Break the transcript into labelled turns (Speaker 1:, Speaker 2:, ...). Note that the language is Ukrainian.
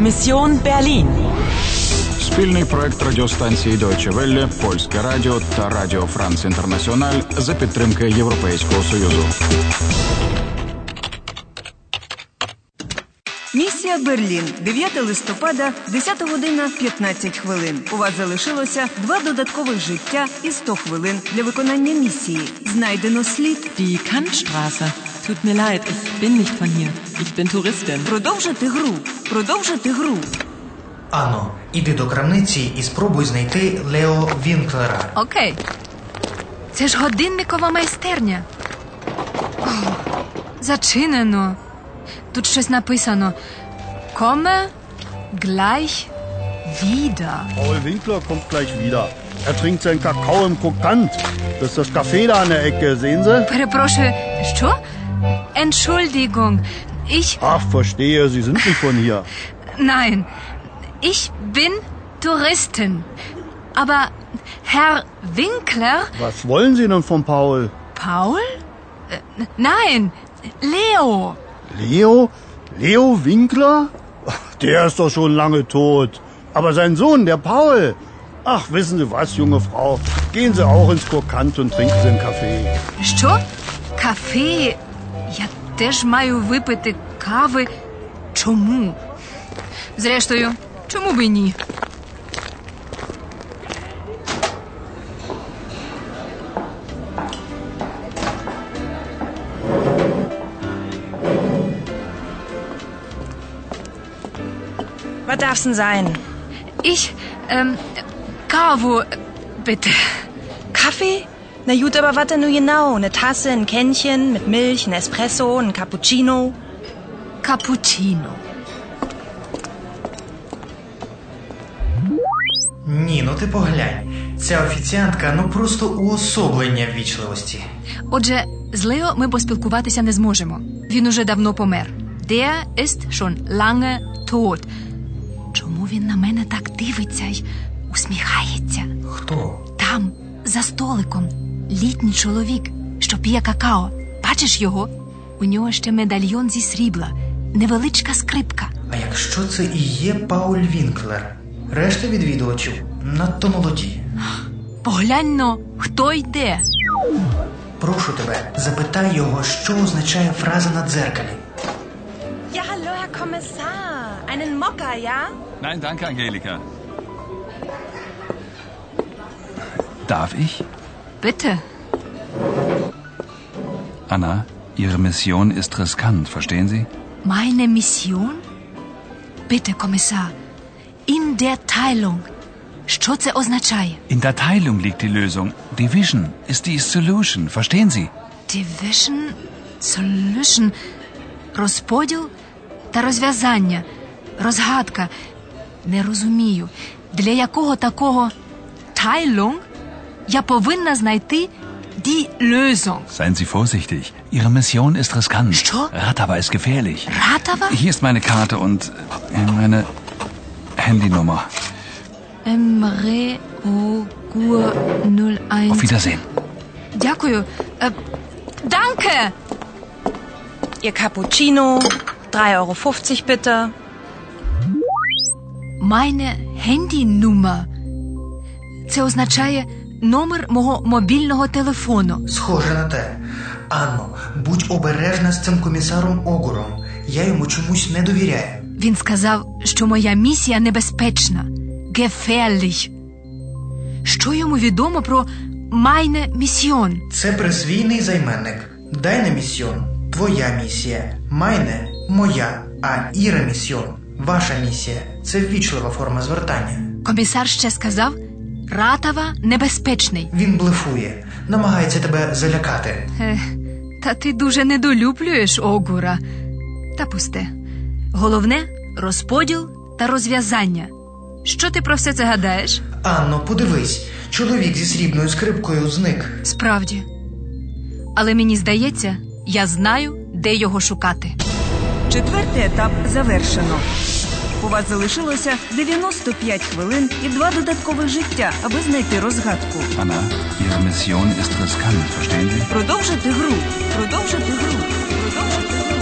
Speaker 1: Mission Berlin.
Speaker 2: Спільний проект радіостанції Deutsche Welle, Польське Радіо та Радіо Франц Інтернаціональ за підтримки Європейського Союзу.
Speaker 3: Місія Берлін, 9 листопада, 10 година 15 хвилин. У вас залишилося два додаткових життя і 100 хвилин для виконання місії. Знайдено слід
Speaker 4: Die Kantstraße. Tut mir leid, ich bin nicht von hier. Ich bin Touristin.
Speaker 3: продовжити гру. Продовжити гру.
Speaker 5: Ано, іди до крамниці і спробуй знайти Лео Вінклера.
Speaker 6: Окей. Це ж годинникова майстерня. О, зачинено. Тут щось написано. Komme gleich wieder.
Speaker 7: Paul Winkler kommt gleich wieder. Er trinkt seinen Kakao im Krokant. Das ist das Café da an der Ecke, sehen Sie?
Speaker 6: Перепрошую, що? Entschuldigung. Ich
Speaker 7: Ach, verstehe, Sie sind nicht von hier.
Speaker 6: Nein, ich bin Touristin. Aber Herr Winkler,
Speaker 7: Was wollen Sie denn von Paul?
Speaker 6: Paul? Äh, Nein, Leo.
Speaker 7: Leo? Leo Winkler? Der ist doch schon lange tot. Aber sein Sohn, der Paul. Ach, wissen Sie was, junge Frau? Gehen Sie auch ins Krokant und trinken Sie einen Kaffee.
Speaker 6: Що? Кафе? Я теж маю випити кави. Чому? Зрештою, чому б і ні?
Speaker 8: Was darf's denn sein?
Speaker 6: Ich, ähm, каву, bitte.
Speaker 8: Kaffee? Na gut, aber was denn nun genau? Eine Tasse, ein Kännchen mit Milch, ein Espresso, ein Cappuccino?
Speaker 6: Капучино.
Speaker 5: Ні, ну ти поглянь. Ця офіціантка ну просто уособлення ввічливості.
Speaker 6: Отже, з Лео ми поспілкуватися не зможемо. Він уже давно помер. Der ist schon lange tot. Чому він на мене так дивиться й усміхається?
Speaker 5: Хто?
Speaker 6: Там, за столиком, літній чоловік, що п'є какао. Бачиш його? У нього ще медальйон зі срібла, невеличка скрипка.
Speaker 5: А якщо це і є Пауль Вінклер? Решта відвідувачів надто молоді.
Speaker 6: Поглянь но, хто йде.
Speaker 5: Прошу тебе, запитай його, що означає фраза на дзеркалі.
Speaker 8: Ja, hallo, Herr Kommissar. Einen Mokka, ja?
Speaker 9: Nein, danke, Angelika. Darf ich?
Speaker 6: Bitte.
Speaker 9: Anna, Ihre Mission ist riskant, verstehen Sie?
Speaker 6: Meine Mission? Bitte, Kommissar. In der Teilung. Що це означає?
Speaker 9: In der Teilung liegt die Lösung. Division ist die Solution, verstehen Sie?
Speaker 6: Division, solution, розподіл та розв'язання, розгадка. Не розумію, для якого такого Teilung я повинна знайти die Lösung.
Speaker 9: Seien Sie vorsichtig. Ihre Mission ist riskant.
Speaker 6: Что?
Speaker 9: Ratava ist gefährlich.
Speaker 6: Ратава?
Speaker 9: Hier ist meine Karte und äh, meine Handynummer.
Speaker 6: Emre Ogur 01.
Speaker 9: Auf Wiedersehen.
Speaker 6: Дякую. Е, Danke!
Speaker 8: Ihr Cappuccino, 3,50 Euro bitte.
Speaker 6: Meine Handynummer. Це означає номер мого мобільного телефону.
Speaker 5: Схоже на те. Анно, будь обережна з цим комісаром Огуром. Я йому чомусь не довіряю.
Speaker 6: Він сказав, що моя місія небезпечна. Gefährlich. Що йому відомо про meine Mission?
Speaker 5: Це присвійний займенник. Дайна місіон твоя місія. Майне моя, а Іра місіон ваша місія. Це ввічлива форма звертання.
Speaker 6: Комісар ще сказав: Ратава небезпечний.
Speaker 5: Він блефує, намагається тебе залякати.
Speaker 6: Е, та ти дуже недолюблюєш Огура. Та пусте. Головне розподіл та розв'язання. Що ти про все це гадаєш?
Speaker 5: Анно, подивись, чоловік зі срібною скрипкою зник.
Speaker 6: Справді. Але мені здається, я знаю, де його шукати.
Speaker 3: Четвертий етап завершено. У вас залишилося 95 хвилин і два додаткових життя, аби знайти розгадку.
Speaker 9: Anna, Ihre Mission ist riskant, verstehen Sie?
Speaker 3: Продовжити гру. Продовжити гру. Продовжити гру.